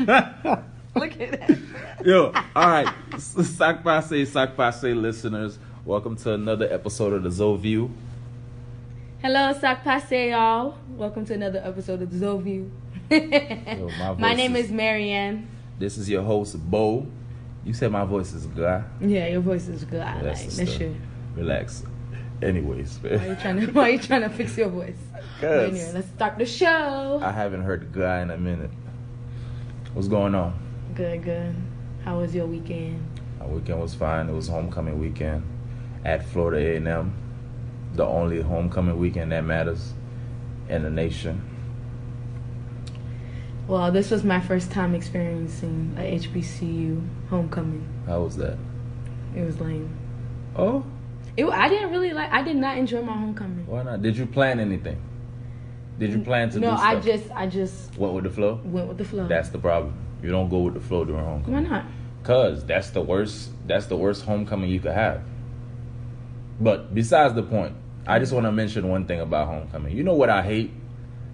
Look at that. Yo, all right. Sock Passe, Sock Passe listeners, welcome to another episode of the Zo View. Hello, Sock Passe, y'all. Welcome to another episode of Zoview. Yo, my my voice name is- is Marianne. This is your host, Bo. You said my voice is guy. Yeah, your voice is good. I That's like the that's stuff. your. Relax. Anyways, Why you trying to Why you trying to fix your voice? But Yes. anyway, let's start the show. I haven't heard guy in a minute. What's going on? Good, good. How was your weekend? My weekend was fine. It was homecoming weekend at Florida A&M, the only homecoming weekend that matters in the nation. Well, this was my first time experiencing a HBCU homecoming. How was that? It was lame. Oh, It, I didn't really like. I did not enjoy my homecoming. why not? Did you plan anything? Did you plan to no, do I stuff? just, I just What with the flow? went with the flow. That's the problem. You don't go with the flow during homecoming. why not. Cause that's the worst. That's the worst homecoming you could have. But besides the point, I just want to mention one thing about homecoming. You know what I hate?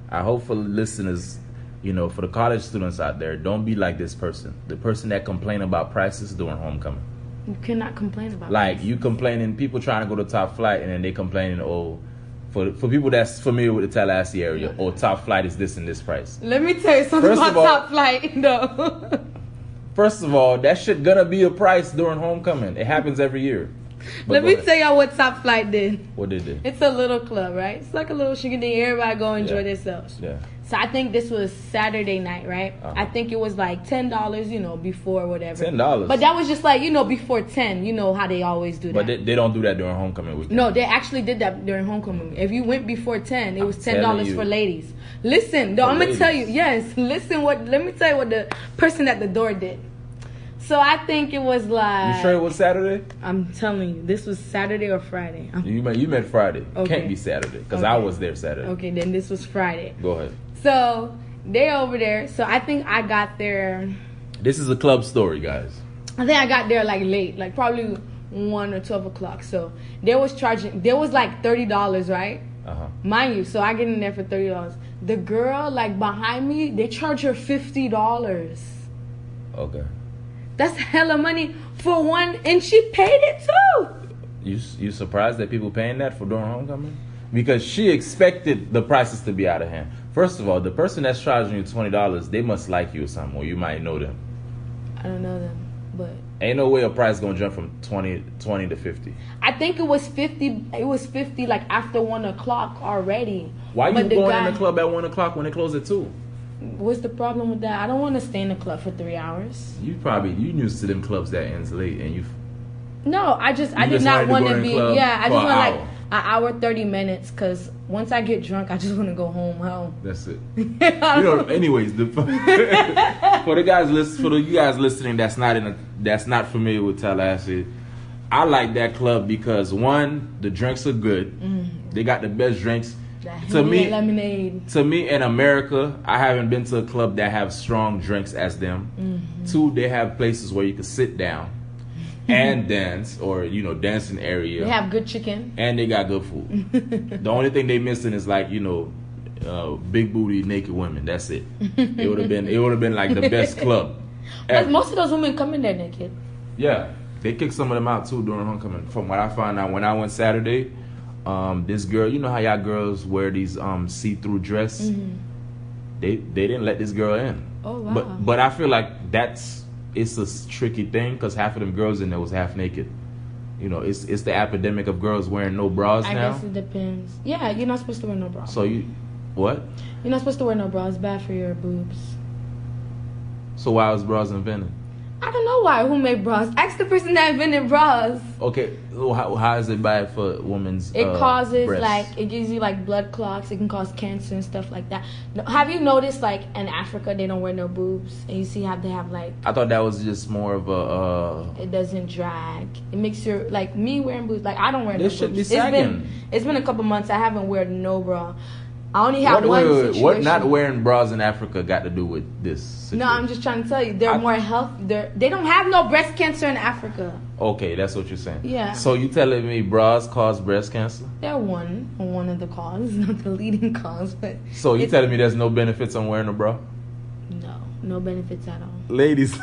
I hope for listeners, you know, for the college students out there, don't be like this person. The person that complain about prices during homecoming. You cannot complain about Like this. you complaining, people trying to go to top flight, and then they complaining, oh, for for people that's familiar with the Tallahassee area, oh, top flight is this and this price. Let me tell you something First of about all- Top Flight, though. First of all, that shit gonna be a price during homecoming. It happens every year. But Let go me ahead. tell y'all what Top Flight did. What did they? It's a little club, right? It's like a little sugar day. Everybody go enjoy Yeah. themselves. Yeah. So I think this was Saturday night, right? Uh-huh. I think it was like ten dollars, you know, before whatever. $10? But that was just like you know before ten. You know how they always do that. But they, they don't do that during homecoming weekend. No, they actually did that during homecoming. If you went before ten, it was ten telling dollars you. for ladies. Listen, though, For I'm gonna tell you. ladies. Yes, listen. What? Let me tell you what the person at the door did. So I think it was like You sure it was Saturday? I'm telling you, this was Saturday or Friday. I'm- You meant, you meant Friday. Okay. Can't be Saturday because Okay. I was there Saturday. okay, then this was Friday. Go ahead. So they over there. So I think I got there. This is a club story, guys. I think I got there like late, like probably one or twelve o'clock. So they was charging. There was like thirty dollars, right? Uh huh. Mind you, so I get in there for thirty dollars. The girl like behind me, they charge her fifty dollars. Okay. That's hella money for one, and she paid it too. You s- you surprised that people paying that for during homecoming? Because she expected the prices to be out of hand. First of all, the person that's charging you twenty dollars, they must like you or something, or you might know them. I don't know them, but Ain't no way a price gonna jump from 20, 20 to fifty. I think it was fifty. It was fifty like after one o'clock already. Why But you the going guy- in the club at one o'clock when they close at two? What's the problem with that? I don't want to stay in the club for three hours. You probably you used to them clubs that ends late, and you No, I just I You did just not wanted to want go to in the be. club Yeah, I just for an want like hour. an hour thirty minutes because once I get drunk, I just want to go home. Home. that's it. you know, anyways, the, for the guys listen, for the you guys listening that's not in a, that's not familiar with Tallahassee, I like that club because one, the drinks are good. They got the best drinks. That To me, lemonade. to me in America, I haven't been to a club that have strong drinks as them. Two, they have places where you can sit down and dance, or you know, dancing area. They have good chicken. and they got good food. the only thing they missing is like you know, uh, big booty naked women. That's it. It would have been it would have been like the best club. But ever. most of those women come in there naked. yeah, they kicked some of them out too during homecoming. From what I found out when I went Saturday, um, this girl, you know how y'all girls wear these um, see through dress. Mm-hmm. They they didn't let this girl in. Oh, wow. But but I feel like that's it's a s- tricky thing because half of them girls in there was half naked. You know, it's it's the epidemic of girls wearing no bras I now. guess it depends. Yeah, you're not supposed to wear no bra. So you, what? You're not supposed to wear no bra. It's bad for your boobs. So why was bras invented? I don't know why. Who made bras? Ask the person that invented bras. Okay, well, how, how is it bad for women's? It uh, causes breasts? like it gives you like blood clots. It can cause cancer and stuff like that. No- Have you noticed like in Africa they don't wear no boobs and you see how they have like I thought that was just more of a. Uh, it doesn't drag. It makes your like me wearing boots. Like I don't wear. This no should boots. be It's sagging. been it's been a couple months. I haven't worn no bra. I only have what, one wait, wait, wait, situation. what not wearing bras in Africa got to do with this? Situation? No, I'm just trying to tell you they're I- more healthy. They're they don't have no breast cancer in Africa. Okay, that's what you're saying. Yeah. So you telling me bras cause breast cancer? They're one one of the cause, not the leading cause, but So you It's- telling me there's no benefits on wearing a bra? No, no benefits at all. Ladies.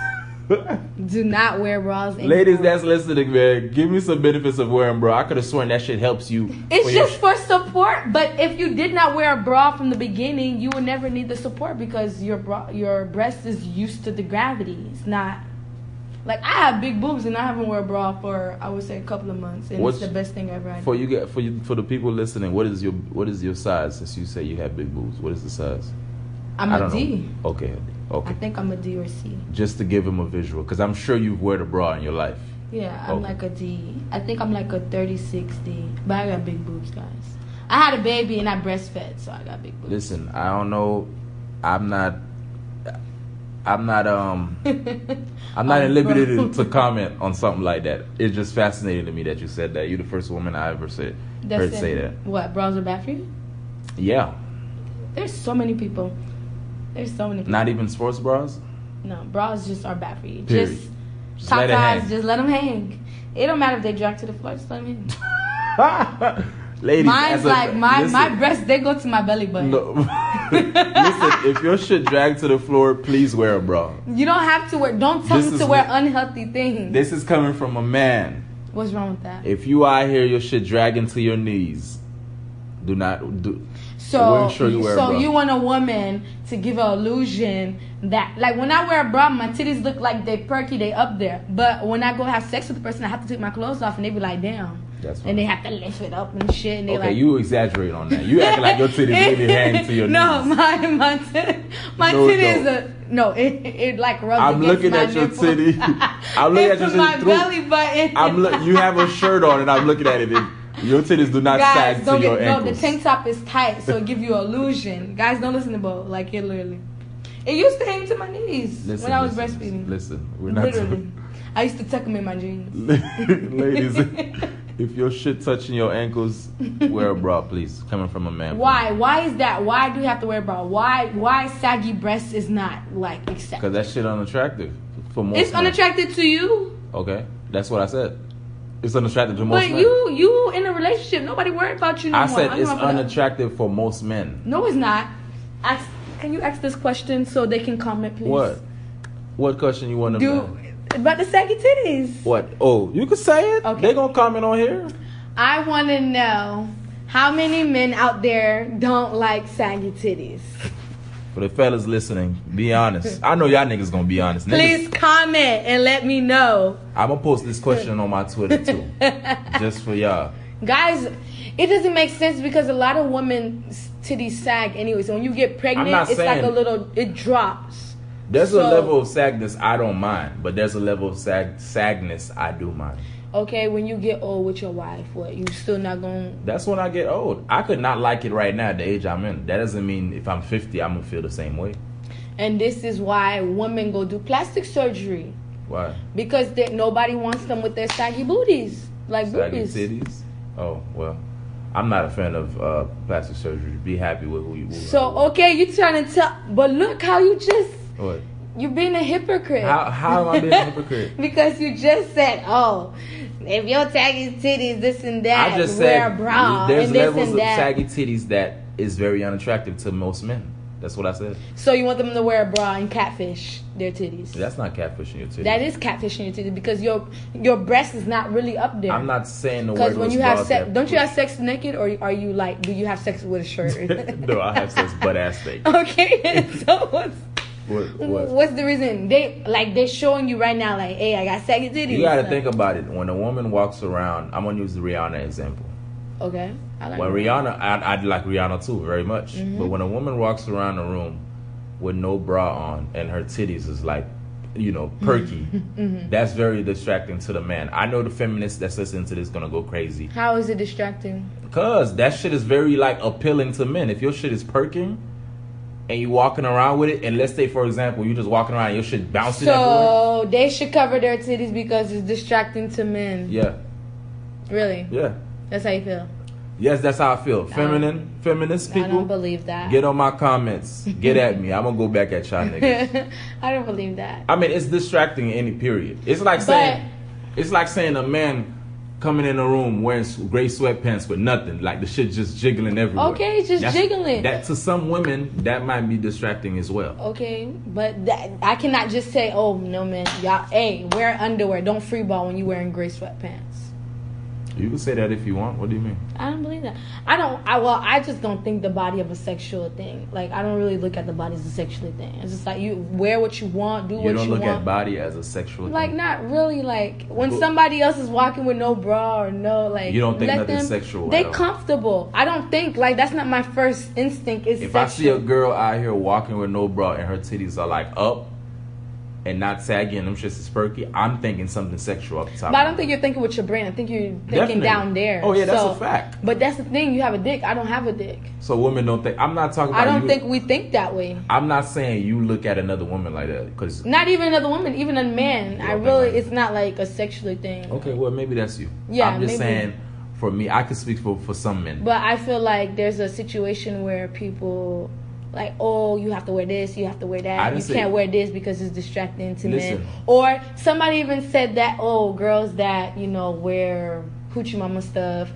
Do not wear bras. anymore. Ladies that's listening, man, give me some benefits of wearing bra. I could have sworn that shit helps you. It's for your just for support, but if you did not wear a bra from the beginning, you would never need the support because your bra, your breast is used to the gravity. It's not like I have big boobs and I haven't worn a bra for I would say a couple of months, and What's- it's the best thing ever. I For did. you get for you for the people listening, what is your what is your size? Since you say you have big boobs, what is the size? I'm I a don't D. know. Okay, I okay. think I'm a D or C. Just to give him a visual, because I'm sure you've worn a bra in your life. Yeah, I'm Okay. like a D. I think I'm like a 36 D, but I got big boobs, guys. I had a baby and I breastfed, so I got big boobs. Listen, I don't know. I'm not. I'm not. Um. I'm Um, not at liberty bro. to, to comment on something like that. It's just fascinating to me that you said that. You're the first woman I ever said heard it. say that. What bras are bad for you? Yeah. There's so many people. There's so many. People. Not even sports bras. No, bras just are bad for you. Period. Just, Just top let it guys, hang. just let them hang. It don't matter if they drag to the floor. Just let them hang. Ladies, Mine's as a- like my listen. my breasts. They go to my belly button. No. Listen, if your shit dragged to the floor, please wear a bra. You don't have to wear. Don't tell This me is to wear what- unhealthy things. This is coming from a man. What's wrong with that? If you out here, your shit dragging to your knees, do not do. So, We're sure you wear a so bra. you want a woman to give an illusion that, like, when I wear a bra, my titties look like they perky, they up there. But when I go have sex with the person, I have to take my clothes off, and they be like, damn. That's and they fine. have to lift it up and shit. And they Okay, like, you exaggerate on that. You act like your titties really hang to your no, knees. my my titty, my No, it titty is don't. a no. It it like rubs I'm against looking my at your nipple. titty. I'm looking It's at your my titty through- belly button. I'm look. You have a shirt on, and I'm looking at it. And your titties do not Guys, sag don't to your get no. The ankles. tank top is tight, so it give you illusion. Guys, don't listen to Bo. Like it literally, it used to hang to my knees Listen, when I was listen, breastfeeding. Listen, we're not. literally, I used to tuck them in my jeans. Ladies, if your shit touching your ankles, wear a bra, please. Coming from a man. Why? Why is that? Why do you have to wear a bra? Why? Why saggy breasts is not like accepted? Because that shit unattractive for most. It's men. unattractive to you, Okay, that's what I said. It's unattractive to most but men. you you in a relationship. Nobody worried about you. No I more. said I'm it's not gonna- unattractive for most men. No, it's not. Ask, can you ask this question so they can comment, please? What? What question you want to? Do about the saggy titties? What? Oh, you can say it. Okay. They gonna comment on here. I want to know how many men out there don't like saggy titties. For the fellas listening, be honest. I know y'all niggas gonna be honest. Please comment and let me know. I'm gonna post this question on my Twitter too, just for y'all. Guys, it doesn't make sense because a lot of women's titties sag anyway. So when you get pregnant, not it's like saying- a little, it drops. There's a So- level of sadness I don't mind, but there's a level of sag- sadness I do mind. Okay, when you get old with your wife, what? You still not going That's when I get old. I could not like it right now at the age I'm in. That doesn't mean if I'm 50, I'm gonna feel the same way. And this is why women go do plastic surgery Why? because they, nobody wants them with their saggy booties. Like Saggy boobies. titties? Oh well, I'm not a fan of uh, plastic surgery. Be happy with who you. Who So okay, you trying to tell, but look how you just What? you being a hypocrite. How how am I being a hypocrite? because you just said, oh, if your taggy titties this and that, I just wear said a bra there's and this levels and that. of saggy titties that is very unattractive to most men. That's what I said. so you want them to wear a bra and catfish their titties. That's not catfishing your titties. That is catfishing your titties because your your breast is not really up there. I'm not saying the word. because when was you have bras sex, that- don't you have sex naked or are you like do you have sex with a shirt? no, I have sex butt ass thing. okay, so what's What? what? what's the reason they like they're showing you right now like hey I got saggy titties? You gotta Like, think about it. When a woman walks around, I'm gonna use the Rihanna example. Okay, I like When that. Rihanna, I'd, I'd like Rihanna too very much. But when a woman walks around the room with no bra on and her titties is like, you know, perky, that's very distracting to the man. I know the feminists that's listening to this gonna go crazy How is it distracting? because that shit is very like appealing to men. If your shit is perking and you walking around with it, and let's say for example you just walking around and your shit bouncing everywhere. So they should cover their titties because it's distracting to men. Yeah, Really? yeah. That's how you feel. Yes, that's how I feel. Feminine, feminist I don't people, believe that. get on my comments. Get at me. I'm gonna go back at y'all niggas. I don't believe that. I mean, it's distracting any period. It's like But- saying, it's like saying a man coming in a room wearing s- gray sweatpants with nothing, like the shit just jiggling everywhere. Okay, it's just jiggling. That to some women, that might be distracting as well. Okay, but that, I cannot just say, oh no, man, y'all, hey, wear underwear. Don't free ball when you wearing gray sweatpants. You can say that if you want. What do you mean? I don't believe that. I don't. I well, I just don't think the body of a sexual thing. Like I don't really look at the body as a sexual thing. It's just like you wear what you want, do what you don't look want. at body as a sexual. like thing. not really like when But- somebody else is walking with no bra or no like You don't think let nothing's them, sexual they at all. comfortable i don't think like that's not my first instinct is If I see sexual. a girl out here walking with no bra and her titties are like up and not saggy and them shits is perky, I'm thinking something sexual up top. but i don't think you're thinking with your brain i think you're thinking Definitely. down there Oh yeah, that's So- a fact. but that's the thing you have a dick i don't have a dick So women don't think. I'm not talking about. i don't you- think we think that way I'm not saying you look at another woman like that because. not even another woman even a man i don't really think that. it's not like a sexual thing Okay, well maybe that's you. Yeah, I'm maybe. just saying. For me, I can speak for for some men. But I feel like there's a situation where people like, oh, you have to wear this, you have to wear I that, didn't you say- can't wear this because it's distracting to Listen. men. Or somebody even said that, oh, girls that you know wear hoochie mama stuff,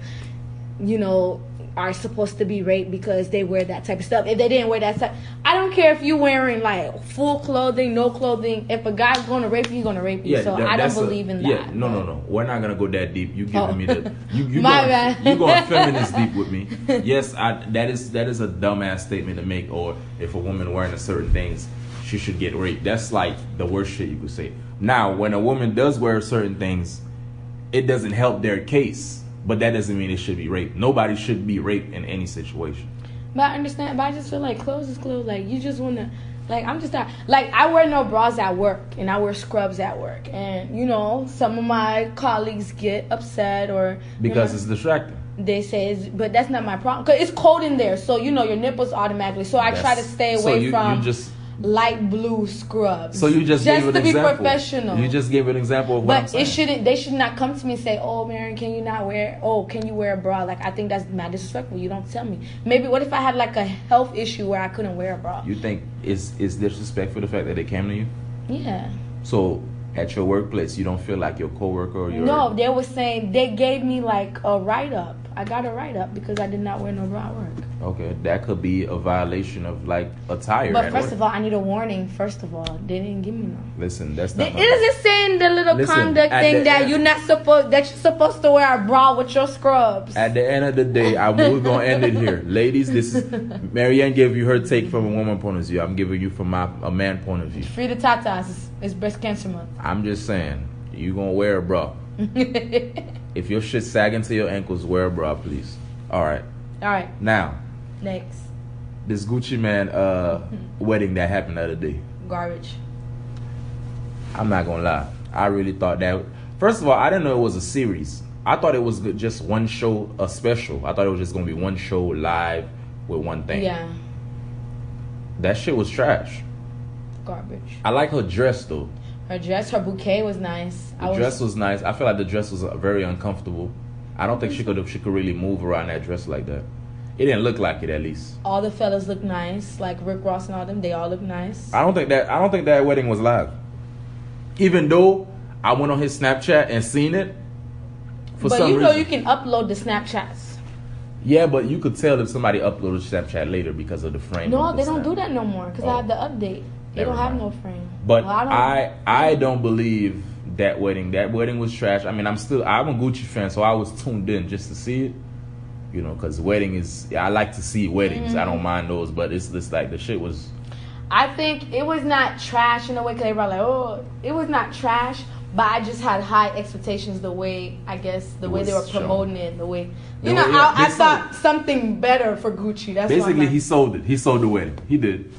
you know, are supposed to be raped because they wear that type of stuff. If they didn't wear that type, I don't care if you're wearing like full clothing, no clothing. If a guy's gonna rape you, he's gonna rape you. so that- I don't that's a- believe in that. Yeah, no, no, no. We're not gonna go that deep. You giving Oh. me the you you My going, bad. you going feminist deep with me. Yes, I that is that is a dumbass statement to make. Or if a woman wearing a certain things, she should get raped. That's like the worst shit you could say. Now, when a woman does wear certain things, it doesn't help their case. But that doesn't mean it should be raped. Nobody should be raped in any situation. But I understand. But I just feel like clothes is clothes. Like you just wanna, like I'm just not. Like I wear no bras at work, and I wear scrubs at work, and you know some of my colleagues get upset or you Because know, it's distracting. they say, it's, but that's not my problem. Cause it's cold in there, so you know your nipples automatically. So I try to That's- stay away so you- you from just- light blue scrubs. So you just just, gave an to be example. professional. You just gave an example of what I'm But saying. it shouldn't. They should not come to me and say, "Oh, Marion, can you not wear? Oh, can you wear a bra?" Like I think that's mad disrespectful. You don't tell me. Maybe what if I had like a health issue where I couldn't wear a bra? You think is is disrespectful the fact that they came to you? Yeah. So at your workplace, you don't feel like your coworker or your No, they were saying they gave me like a write up. I got a write up because I did not wear no bra at work. okay. That could be a violation of like attire. But at first work. of all, I need a warning. First of all, they didn't give me none. listen, that's They- not. It my- is just saying the little Uh-huh. Listen, conduct at thing the that end- you're not supposed that you're supposed to wear a bra with your scrubs. At the end of the day, I, we're gonna end it here, ladies. This is Marianne gave you her take from a woman point of view. I'm giving you from my a man point of view. Free the tatas. It's, it's breast cancer month. I'm just saying, you gonna wear a bra. If your shit sagging to your ankles, wear a bra, please. All right. All right, Now, next this Gucci man uh, wedding that happened the other day. garbage. I'm not gonna lie. I really thought that. First of all, I didn't know it was a series. I thought it was good- just one show, a special. I thought it was just gonna be one show live with one thing. Yeah, That shit was trash. garbage. I like her dress though. Her dress, her bouquet was nice. The I was, dress was nice. I feel like the dress was uh, very uncomfortable. I don't think she could she could really move around that dress like that. It didn't look like it at least. all the fellas looked nice, like Rick Ross and all them. They all look nice. I don't think that I don't think that wedding was live. Even though I went on his Snapchat and seen it. For but some you know reason. you can upload the Snapchats. Yeah, but you could tell if somebody uploaded Snapchat later because of the frame. No, of the they don't do Snap. that no more because Oh. I have the update. They Never don't have no mind. frame. But Well, I, I don't believe that wedding. That wedding was trash. I mean, I'm still I'm a Gucci fan, so I was tuned in just to see it. You know, because wedding is I like to see weddings. I Mm. don't mind those, but it's just like the shit was. I think it was not trash in a way because everybody like, oh, it was not trash. But I just had high expectations the way I guess the It way they were was shown. promoting it, the way They you know were- yeah, I, I they thought something better for Gucci. That's what I'm Basically, like. he sold it. He sold the wedding. He did.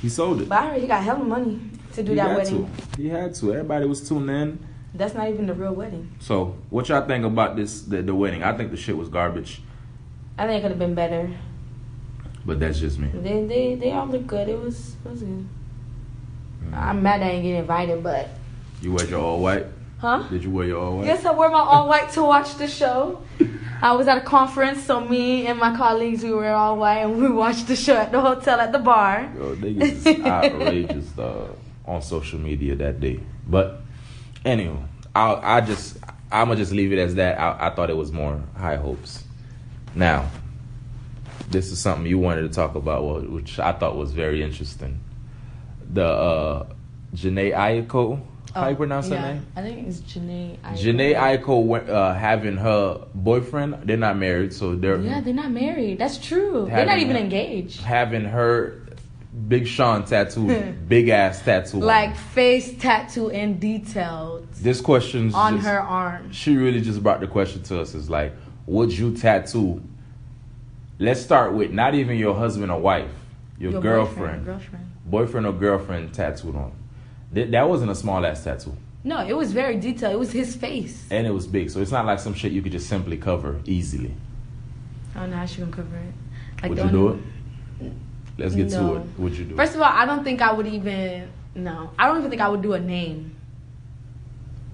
He sold it. But I heard he got hella money to do he that had wedding. to. He had to. Everybody was tuned in. That's not even the real wedding. So, what y'all think about this? The, the wedding? I think the shit was garbage, I think it could have been better. but that's just me. They they they all look good. It was it was good. Mm-hmm. I'm mad I didn't get invited, but You wear your all white. huh? Did you wear your all white? Yes, I wore my all white to watch the show. I was at a conference, so me and my colleagues we were all white and we watched the show at the hotel at the bar. Yo, niggas is outrageous dog, on social media that day. But anyway, I I just I'm gonna just leave it as that. I, I thought it was more high hopes. Now, this is something you wanted to talk about, well, which I thought was very interesting. The uh, Janae Ayako, how you pronounce Oh, yeah. her name? I think it's Janae. Aiko. Janae Aiko went, uh, having her boyfriend. They're not married, so they're Yeah, they're not married. That's true. They're not Having even a- engaged. having her Big Sean tattoo, big ass tattoo. on. Hmm. Like face tattoo in detailed this question's on just- her arm. She really just brought the question to us. Is like, would you tattoo? Let's start with not even your husband or wife, your, boyfriend, girlfriend, Girlfriend. boyfriend or girlfriend tattooed on. Th- that wasn't a small ass tattoo, No, it was very detailed. It was his face. and it was big, so it's not like some shit you could just simply cover easily. I don't know how she gonna cover it. Like Would the you only- do it? Let's get No. to it. Would you do it? First of all, I don't think I would even. No, I don't even think I would do a name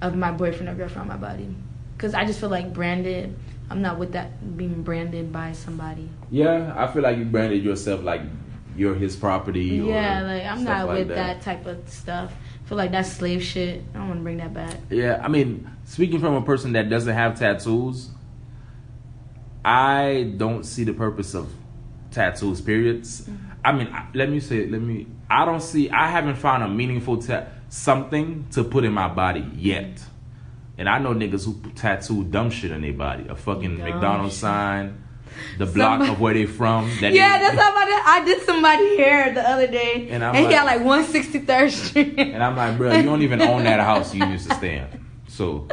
of my boyfriend or girlfriend on my body, because I just feel like branded. I'm not with that being branded by somebody. Yeah, I feel like you branded yourself like you're his property. yeah, or like I'm stuff not like with that. type of stuff. I feel like that's slave shit. I don't want to bring that back. Yeah, I mean, speaking from a person that doesn't have tattoos, I don't see the purpose of tattoos. Periods. Mm-hmm. I mean, I- let me say, let me. I don't see. I haven't found a meaningful ta- something to put in my body yet. And I know niggas who tattoo dumb shit on their body. A fucking Dumb McDonald's shit. sign, the block Somebody- of where they from. That Yeah, they- that's how I did. I did somebody hair the other day, and, And I'm he had like- like 163rd Street. And I'm like, bro, you don't even own that house you used to stay in. So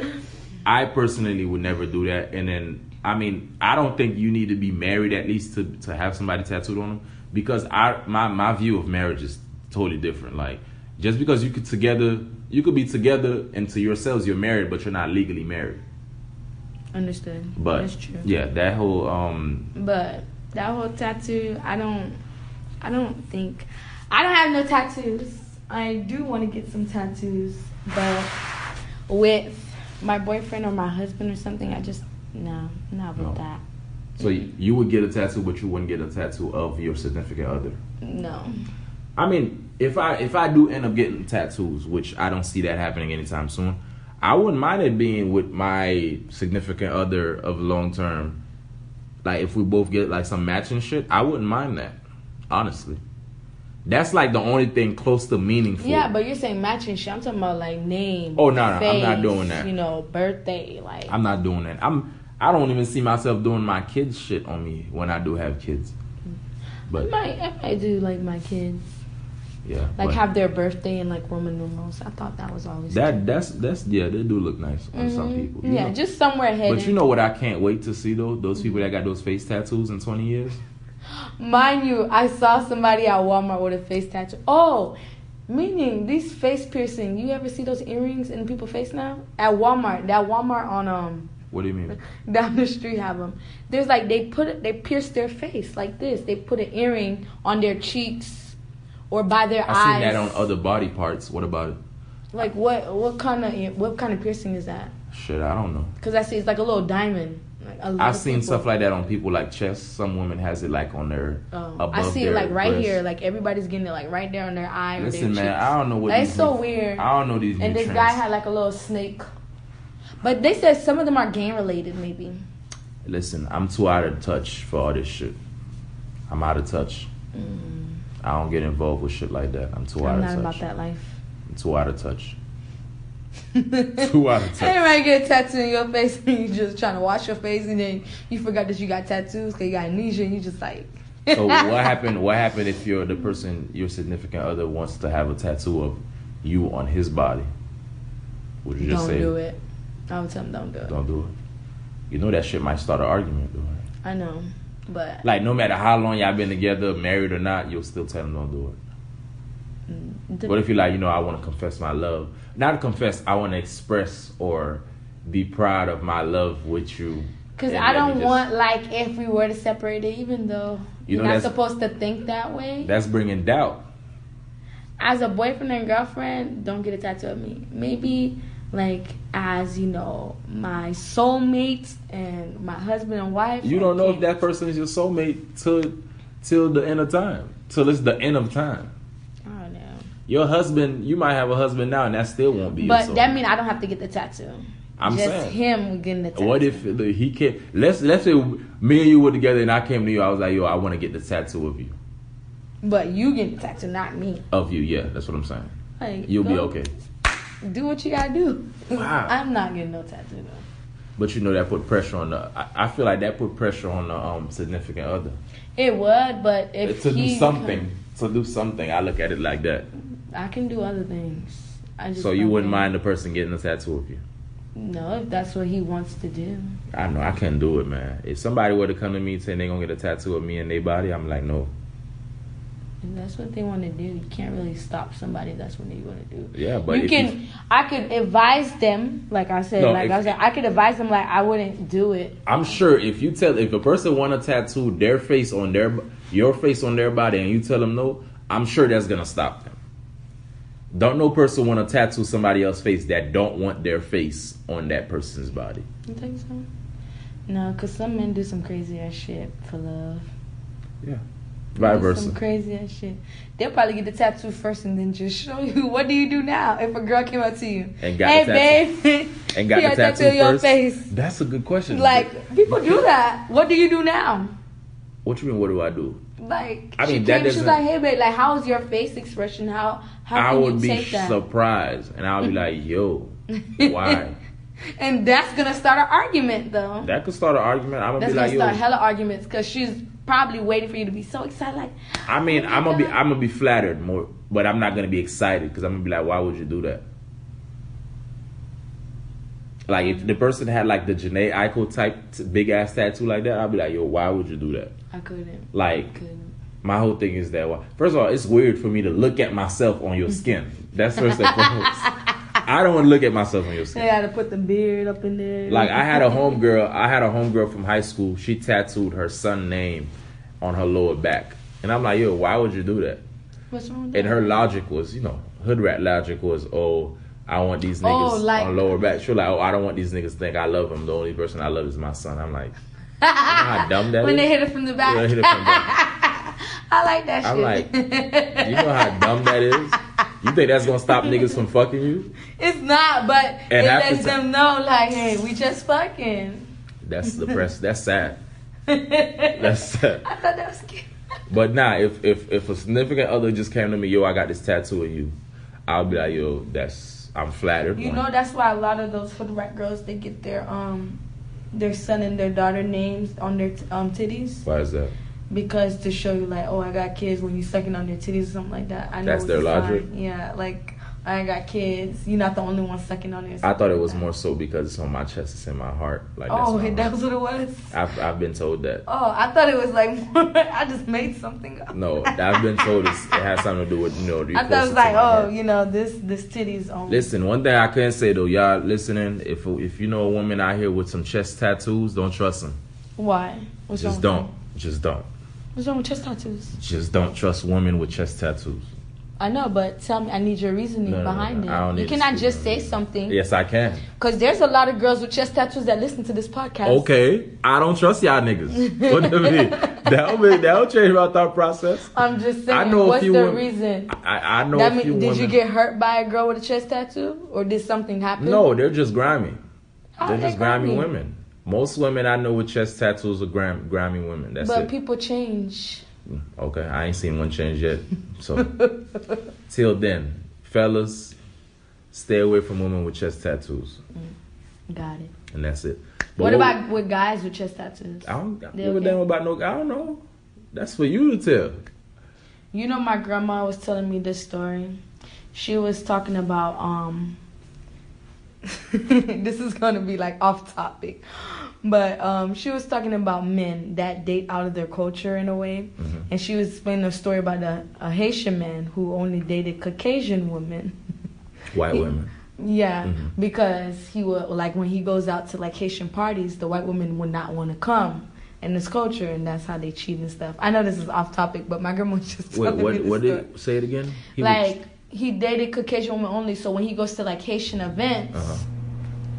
I personally would never do that. And then, I mean, I don't think you need to be married at least to, to have somebody tattooed on them because I my, my view of marriage is totally different. Like, just because you could together, you could be together and to yourselves you're married, but you're not legally married. Understood. But that's true. yeah, that whole um, But that whole tattoo, I don't, I don't think, I don't have no tattoos. I do want to get some tattoos, but with my boyfriend or my husband or something, I just no, not with No. that. so you, you would get a tattoo, but you wouldn't get a tattoo of your significant other. No, I mean, if I if I do end up getting tattoos, which I don't see that happening anytime soon, I wouldn't mind it being with my significant other of long term. Like if we both get like some matching shit, I wouldn't mind that. Honestly, that's like the only thing close to meaningful. yeah, but you're saying matching shit. I'm talking about like name. Oh, no, no, I'm not doing that. You know, birthday, like I'm not doing that. I'm I don't even see myself doing my kids shit on me when I do have kids. I But might, I might do like my kids, yeah, like but have their birthday in like Roman numerals. I thought that was always that that's that's yeah, they do look nice on some Mhm. people. you Yeah, know? just somewhere hidden. But you know what I can't wait to see though? Those people that got those face tattoos in 20 years. Mind you, I saw somebody at Walmart with a face tattoo. Oh, meaning these face piercing. You ever see those earrings in people's face now? At Walmart, that Walmart on um What do you mean? down the street have them. There's like they put it, they pierce their face like this. They put an earring on their cheeks or by their I eyes. seen that on other body parts. What about it? Like what what kind of ear- what kind of piercing is that? Shit, I don't know. Because I see it's like a little diamond. Like a lot I've of seen people- stuff like that on people like chest. Some women has it like on their Oh, above I see it their like right breast. here. Like everybody's getting it like right there on their eye. Listen, or their man, cheeks. I don't know what. That's these so new- weird. I don't know these. And new this trends. guy had like a little snake. But they said some of them are game related, maybe. Listen, I'm too out of touch for all this shit. I'm out of touch. I don't get involved with shit like that. I'm too out Mm, I'm of not touch. about that life. I'm too out of touch. Ain't Too out of touch. right get a tattoo in your face and you just trying to wash your face and then you forgot that you got tattoos because you got amnesia and you just like. So Oh, what happened? What happened if you're the person your significant other wants to have a tattoo of you on his body? Would you just Don't say do it. I would tell them don't do it. don't do it? You know that shit might start an argument, though. right? I know, but Like no matter how long y'all been together, married or not, you'll still tell him don't do it. the- What if you like, you know, I want to confess my love? Not confess, I want to express or be proud of my love with you. Cause And I then you don't just- want like if we were to separate it, even though you You know are not that's- supposed to think that way. That's bringing doubt. as a boyfriend and girlfriend, don't get a tattoo of me. Maybe like as you know, my soulmates and my husband and wife. You don't know if Okay. that person is your soulmate till till the end of time. Till it's the end of time. I don't know. Your husband, you might have a husband now, and that still won't be. your But soulmate. that means I don't have to get the tattoo. I'm just saying. him getting the tattoo. What if the- he came? Let's let's say me and you were together, and I came to you. I was like, "Yo, I want to get the tattoo of you." But you getting the tattoo, not me. Of you, yeah, that's what I'm saying. Like, You'll be go- okay, Do what you gotta do. Wow. I'm not getting no tattoo though. but you know that put pressure on the. I, I feel like that put pressure on the um significant other It would, but if to he do something. To do something, I look at it like that. I can do other things. I just So you don't wouldn't think- mind the person getting a tattoo of you? No, if that's what he wants to do. I know I can't do it, man. If somebody were to come to me and say they gonna get a tattoo of me in their body, I'm like, no. If that's what they want to do, you can't really stop somebody. if That's what they want to do. Yeah, but you if can. I could advise them, like I said, No, like if- I said, I could advise them, like I wouldn't do it. I'm sure if you tell if a person want to tattoo their face on their your face on their body and you tell them no, I'm sure that's gonna stop them. Don't no person want to tattoo somebody else's face that don't want their face on that person's body. You think so? No, cause some men do some crazy ass shit for love. Yeah, They do vice Some versa. crazy ass shit. They'll probably get the tattoo first and then just show you. What do you do now if a girl came up to you And got hey, the tattoo- babe, And got here, the I tattoo tattoo on your first. face. That's a good question. Like people do that. What do you do now? what you mean? What do I do? Like I she came, mean, that she was doesn't- like, "Hey, babe, like how is your face expression? How how I can would you be take that?" surprised, and I'll be like, yo, why? and that's gonna start an argument though. That could start an argument. I'm gonna that's be gonna like, yo, start hella arguments because she's probably waiting for you to be so excited. Like, I mean, Oh my I'm gonna be God. I'm gonna be flattered more, but I'm not gonna be excited because I'm gonna be like, why would you do that? Like if the person had like the Janae Eichel type t- big ass tattoo like that, I'd be like, yo, why would you do that? I couldn't, Like couldn't. my whole thing is that why? First of all, it's weird for me to look at myself on your skin. That's first and foremost. I don't want to look at myself on your They skin. had to put the beard up in there. Like I had a homegirl, I had a homegirl from high school. She tattooed her son name on her lower back, and I'm like, yo, why would you do that? What's wrong? With And that? her logic was, you know, hood rat logic was, oh, I want these niggas Oh, like- on lower back. She was like, oh, I don't want these niggas to think I love him. The only person I love is my son. I'm like, how dumb that when is? they hit it from the back. Yeah, hit it from the I like that I'm shit. you know how dumb that is? You think that's gonna stop niggas from fucking you? it's not, but it half the lets them know, like, hey, we just fucking. That's depressed. That's sad. That's. That's sad. I thought that was cute. But nah, if if if a significant other just came to me, yo, I got this tattoo of you, I'll be like, yo, that's I'm flattered. You one. know that's why a lot of those hood rat girls they get their um their son and their daughter names on their t- um titties why is that? because to show you like oh I got kids when you sucking on their titties or something like that. I know That's it's their a sign. logic? Yeah, like I got kids. You're not the only one sucking on their. I thought it was more so because it's on my chest, it's in my heart. Like that's Oh, my that heart. was what it was. I've I've been told that. Oh, I thought it was like more. I just made something up. No, I've been told it's, it has something to do with you know. you I thought it closer was to like, my heart. oh, you know, this this titties on. Listen, one thing I can say though, y'all listening, if if you know a woman out here with some chest tattoos, don't trust them. Why? What's Just wrong with don't. Just don't. that? What's wrong with chest tattoos? Just don't trust women with chest tattoos. I know, but tell me, I need your reasoning No, no, no, behind no. it. I don't you need to cannot speak just on say it. something. Yes, I can. Because there's a lot of girls with chest tattoos that listen to this podcast. Okay, I don't trust y'all niggas. What do you mean? That'll be, that'll change my thought process. I'm just saying, I know a what's the few women- reason? I I know That a mean, few did women. you get hurt by a girl with a chest tattoo? Or did something happen? no, they're just grimy. Oh, They're just grimy grimy. women. Most women I know with chest tattoos are gram, grimy women. That's But it. people change. Okay, I ain't seen one change yet. So, till then, fellas, stay away from women with chest tattoos, Got it. and that's it. But what about with guys with chest tattoos? I don't, I don't They give a okay? damn about no. I don't know. That's for you to tell. You know, my grandma was telling me this story. She was talking about um. this is gonna be like off topic, but um, she was talking about men that date out of their culture in a way, Mm-hmm. and she was explaining a story about a, a Haitian man who only dated Caucasian women. White women. Yeah, Mhm. because he would like when he goes out to like Haitian parties, the white women would not want to come in this culture, and that's how they cheat and stuff. I know this is off topic, but my grandma was just Wait, telling me what? this What story. did say it again? He was- like he dated Caucasian women only, so when he goes to like Haitian events, Uh-huh.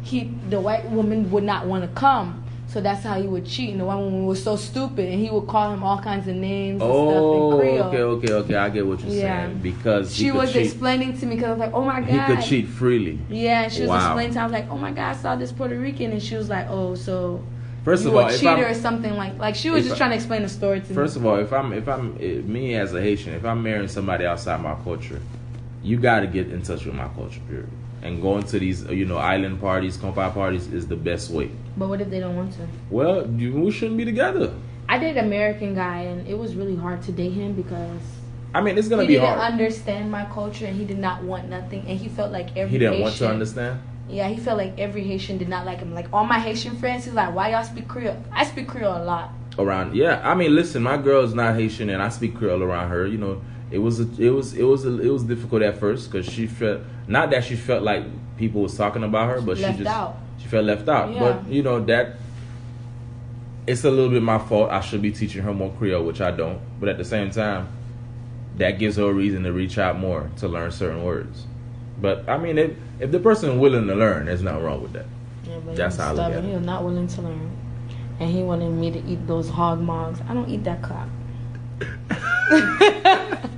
he the white woman would not want to come. So that's how he would cheat. And the white woman was so stupid, and he would call him all kinds of names and Oh, stuff in Creole. okay, okay, okay. I get what you're Yeah. saying because he She could was cheat. explaining to me because I was like, oh my god, he could cheat freely. Yeah, and she was Wow. explaining to me. I was like, oh my god, I saw this Puerto Rican, and she was like, oh, so First you of all, a if cheater I'm, or something like like she was if just I- trying to explain the story to First me. of all, if I'm if I'm eh, me as a Haitian, if I'm marrying somebody outside my culture, you got to get in touch with my culture, period. And going to these you know island parties, compa parties is the best way. But what if they don't want to? Well, you, we shouldn't be together. I dated an American guy, and it was really hard to date him because I mean, it's gonna he be didn't hard. understand my culture, and he did not want nothing, and he felt like every he didn't Haitian, want to understand. Yeah, he felt like every Haitian did not like him. Like all my Haitian friends, he's like, why y'all speak Creole? I speak Creole a lot. around. Yeah, I mean, listen, my girl's not Haitian, and I speak Creole around her. You know, it was a, it was it was a, it was difficult at first because she felt not that she felt like people was talking about her, but Left she just out. she felt left out. Yeah. But you know that it's a little bit my fault. I should be teaching her more Creole, which I don't. But at the same time, that gives her a reason to reach out more to learn certain words. But I mean, if if the person willing to learn, there's nothing wrong with that. Yeah, but That's he was how I look stubborn. at it. He was not willing to learn, and he wanted me to eat those hog mugs. I don't eat that crap.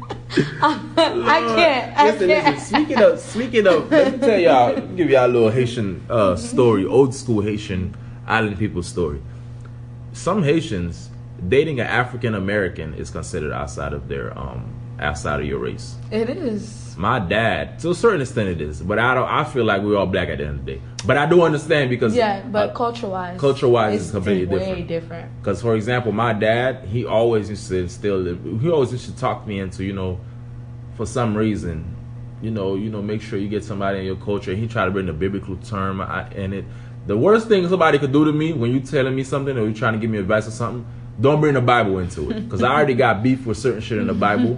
I can't. I listen, can't. listen. Speaking of, speaking of, let me tell y'all, let me give y'all a little Haitian uh, story, old school Haitian island people story. Some Haitians dating an African American is considered outside of their um outside of your race. It is. My dad, to a certain extent, it is, but I don't. I feel like we're all black at the end of the day. But I do understand because Yeah, but uh, culture wise, culture wise it's is completely way different. different. Because, for example, my dad, he always used to instill, he always used to talk me into, you know, for some reason, you know, you know, make sure you get somebody in your culture. He tried to bring the biblical term I- in it. The worst thing somebody could do to me when you telling me something or you trying to give me advice or something, don't bring the Bible into it. Because I already got beef with certain shit in the Bible.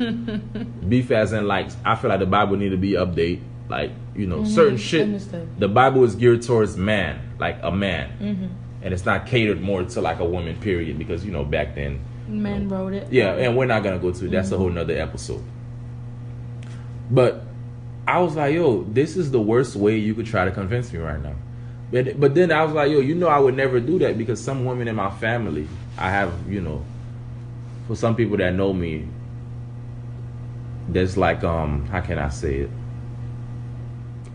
beef as in, like, I feel like the Bible need to be update. Like, you know, certain shit. understood. The Bible is geared towards man, like a man. And it's not catered more to like a woman, period. Because, you know, back then, Men wrote it. yeah, and we're not gonna go to it. That's a whole nother episode. But I was like, yo, this is the worst way you could try to convince me right now. But but then I was like, yo, you know I would never do that because some women in my family, I have, you know, for some people that know me, there's like um how can I say it?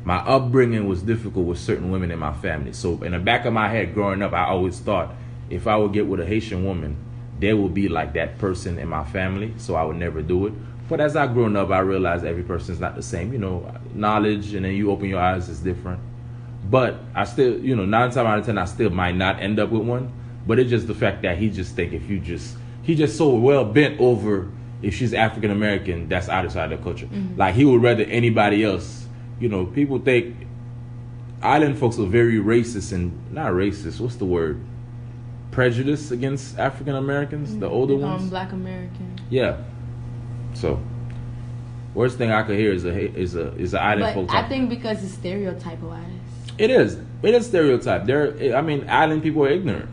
My upbringing was difficult with certain women in my family. So in the back of my head growing up, I always thought if I would get with a Haitian woman, there would be like that person in my family, so I would never do it. But as I grown up, I realized every person's not the same. You know, knowledge and then you open your eyes is different. But I still, you know, nine times out of ten, I still might not end up with one. But it's just the fact that he just think if you just he just so well bent over if she's African American, that's outside the culture. Mm-hmm. Like he would rather anybody else. You know, people think island folks are very racist and not racist. What's the word? Prejudice against African Americans, the older um, ones. Black American. Yeah. So, worst thing I could hear is a ha- is a is a island But folk. I talk. think because it's stereotype wise, It is. It is stereotype. There, I mean, island people are ignorant.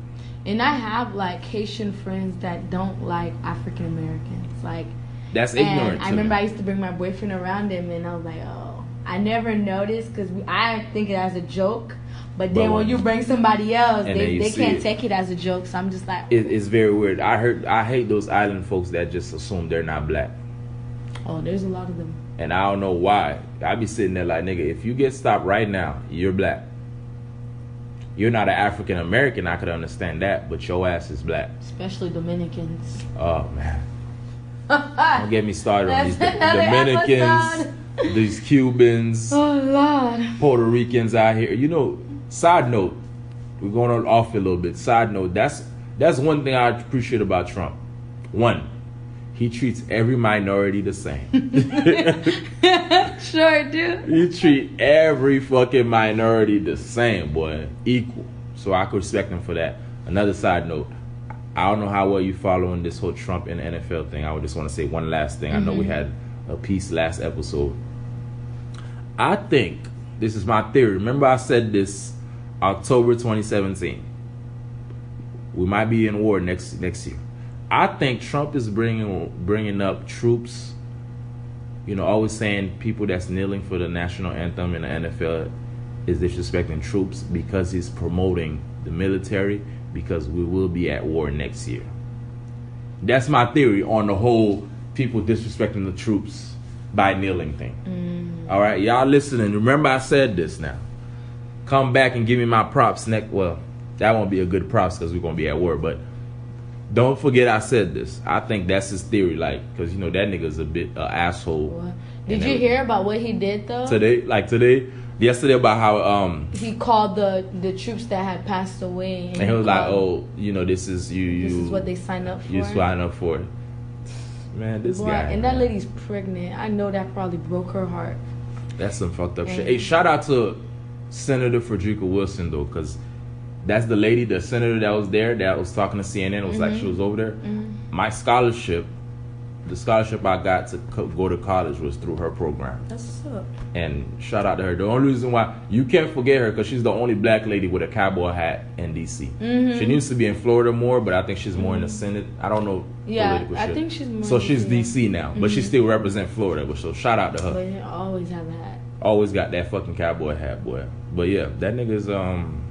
and I have like Haitian friends that don't like African Americans, like. That's ignorant. And I to remember me. I used to bring my boyfriend around him, and I was like, oh, I never noticed because I think it as a joke. But then But when when- you bring somebody else, And then they, you they see can't it. take it as a joke. So I'm just like, It- it's very weird. I heard. I hate those island folks that just assume they're not black, oh, there's a lot of them. and I don't know why. I be sitting there like, nigga, if you get stopped right now, you're black. You're not an African American. I could understand that, but your ass is black. Especially Dominicans. Oh man. Don't get me started on these That's another Dominicans, episode. these Cubans. Oh, Lord. Puerto Ricans out here. You know, side note, we're going on off a little bit. Side note, that's that's one thing I appreciate about Trump. One, he treats every minority the same. sure do. he treat every fucking minority the same, boy, equal. So I could respect him for that. Another side note, I don't know how well you following this whole Trump and NFL thing. I would just want to say one last thing. I know we had a piece last episode. I think this is my theory. Remember, I said this October 2017. We might be in war next next year. I think Trump is bringing bringing up troops. You know, always saying people that's kneeling for the national anthem in the NFL is disrespecting troops because he's promoting the military because we will be at war next year. That's my theory on the whole people disrespecting the troops by kneeling thing. All right, y'all listening. Remember, I said this now. Come back and give me my props next. Well, that won't be a good props because we're going to be at war, but don't forget I said this. I think that's his theory, like, because, you know, that nigga's a bit an asshole. What? Did And you everything. hear about what he did though? Today, like today, yesterday, about how, um, He called the the troops that had passed away, and he was like, called- oh, you know, this is you, you. this is what they signed up for." You sign up for it. Man, this Boy, guy. and that man. lady's pregnant. I know that probably broke her heart. That's some fucked up shit. And- Hey, shout out to Senator Frederica Wilson though, because that's the lady, the senator that was there that was talking to CNN. was like she Mm-hmm. was over there. My scholarship, the scholarship I got to co- go to college was through her program. That's what's up. And shout out to her. The only reason why you can't forget her because she's the only black lady with a cowboy hat in D.C. Mm-hmm. She needs to be in Florida more, but I think she's more in the Senate. I don't know. Yeah, political I shit. think she's more So in she's the Senate. Mm-hmm. D.C. now, but she still represents Florida. But so shout out to her But you always have that. always got that fucking cowboy hat, boy. But yeah, that nigga's um.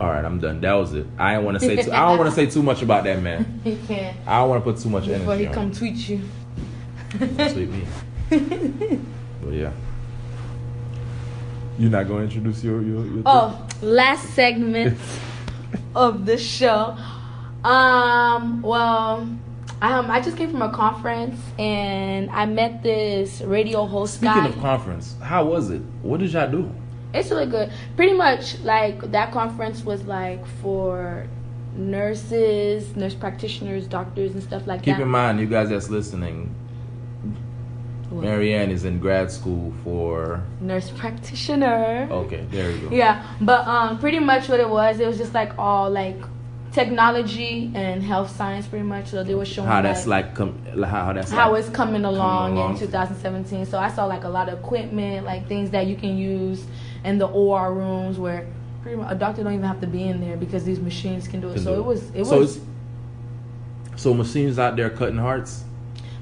All right, I'm done. That was it. I didn't want to say. Too, I don't want to say too much about that man. He can't I don't want to put too much before energy he on come him. tweet you. Sweet me. but yeah. You're not gonna introduce your your. your Oh, last segment of the show. Um, well, um, I just came from a conference and I met this radio host Speaking guy. of conference, how was it? What did y'all do? it's really good. Pretty much like that conference was like for nurses, nurse practitioners, doctors, and stuff like Keep that. in mind, you guys that's listening, What? Marianne is in grad school for. nurse practitioner. Okay, there you go. Yeah, but um, pretty much what it was, it was just like all like technology and health science, pretty much. So they were showing How that's like, com- how that's how like, it's coming along, along. in 2017. So I saw like a lot of equipment, like things that you can use in the OR rooms where pretty much a doctor don't even have to be in there because these machines can do it. Can So do it was it so was it's- so machines out there cutting hearts.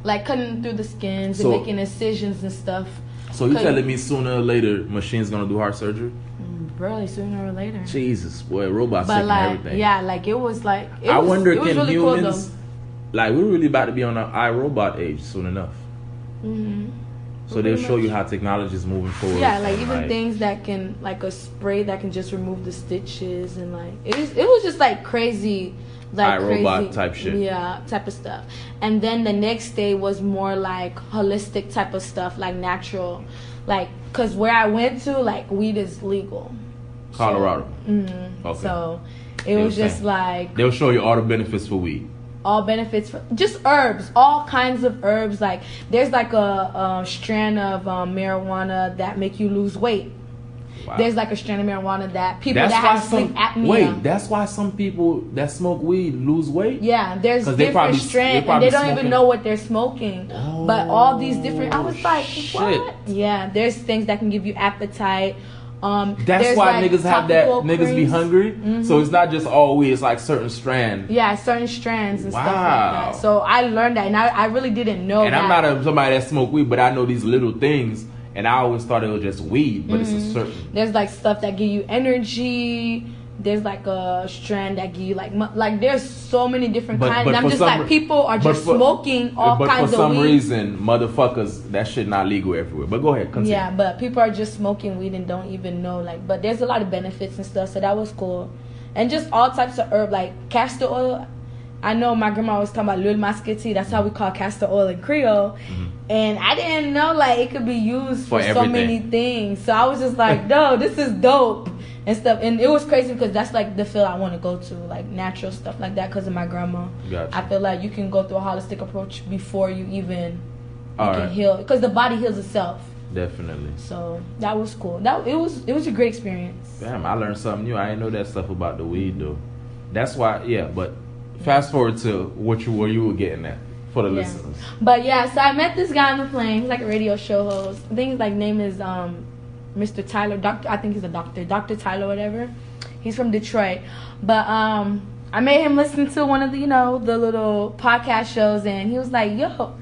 like cutting through the skins So- and making incisions and stuff. So you Cut- telling me sooner or later machines gonna do heart surgery? Mm, Really, sooner or later. Jesus, boy, robots but taking like, everything. yeah, like it was like it I was, wonder it was can really humans cool like we're really about to be on an iRobot age soon enough. though. hmm So they'll Pretty show you much. how technology is moving forward. Yeah, like and, even things that can like a spray that can just remove the stitches and like it was it was just like crazy like iRobot crazy, type shit. Yeah, type of stuff. And then the next day was more like holistic type of stuff, like natural. Like cuz where I went to like weed is legal. Colorado. Mm-hmm. Okay. So They it were was just saying. like They'll show you all the benefits for weed. all benefits for just herbs all kinds of herbs like there's like a, a strand of um, marijuana that make you lose weight Wow. there's like a strand of marijuana that people that's that why have sleep some apnea wait. That's why some people that smoke weed lose weight. yeah there's 'Cause they different probably- they strands and probably they don't smoking- even know what they're smoking but all these different i was like Oh, what shit. yeah there's things that can give you appetite um That's there's, why like, Mm-hmm. niggas have that. topical Niggas be creams. hungry, so it's not just all weed. It's like certain strand. yeah certain strands and stuff Wow. like that so i learned that and i, I really didn't know And that. I'm not a, somebody that smoke weed, but I know these little things, and I always thought it was just weed, but it's Mm-hmm. a certain. There's like stuff that give you energy. There's like a strand that give you like mu- like there's so many different But- kinds. but and I'm for just some like re- people are but just for- smoking all but kinds for some of weed. reason, motherfuckers, that shit not legal everywhere. But go ahead, continue. Yeah, but people are just smoking weed and don't even know like. But there's a lot of benefits and stuff, so that was cool. And just all types of herb like castor oil. I know my grandma was talking about lul mascati. That's how we call castor oil in Creole. And I didn't know like it could be used Mm-hmm. For for, so everything. many things. So I was just like, no, this is dope and stuff. And it was crazy because that's like the field I want to go to, like natural stuff like that, because of my grandma. Gotcha. I feel like you can go through a holistic approach before you even you All can right. heal because the body heals itself. Definitely. So that was cool. That it was it was a great experience. Damn, I learned something new. I didn't know that stuff about the weed though. That's why, yeah. But fast forward to what you where you were getting at for the Yeah. listeners. But yeah, so I met this guy on the plane. He's like a radio show host. I think his like name is um Mr. Tyler. Doctor I think he's a doctor. Dr. Tyler whatever. He's from Detroit. But um I made him listen to one of the you know, the little podcast shows and he was like, Yo,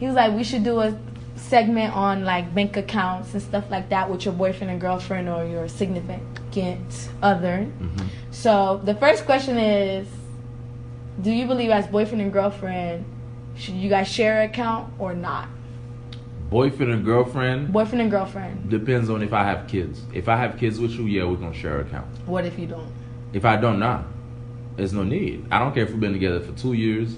he was like, We should do a segment on like bank accounts and stuff like that with your boyfriend and girlfriend or your significant other. Mhm. So the first question is, do you believe as boyfriend and girlfriend should you guys share an account or not? Boyfriend and girlfriend Boyfriend and girlfriend. depends on if I have kids. If I have kids with you, yeah, we're gonna share an account. What if you don't? If I don't, nah. There's no need. I don't care if we've been together for two years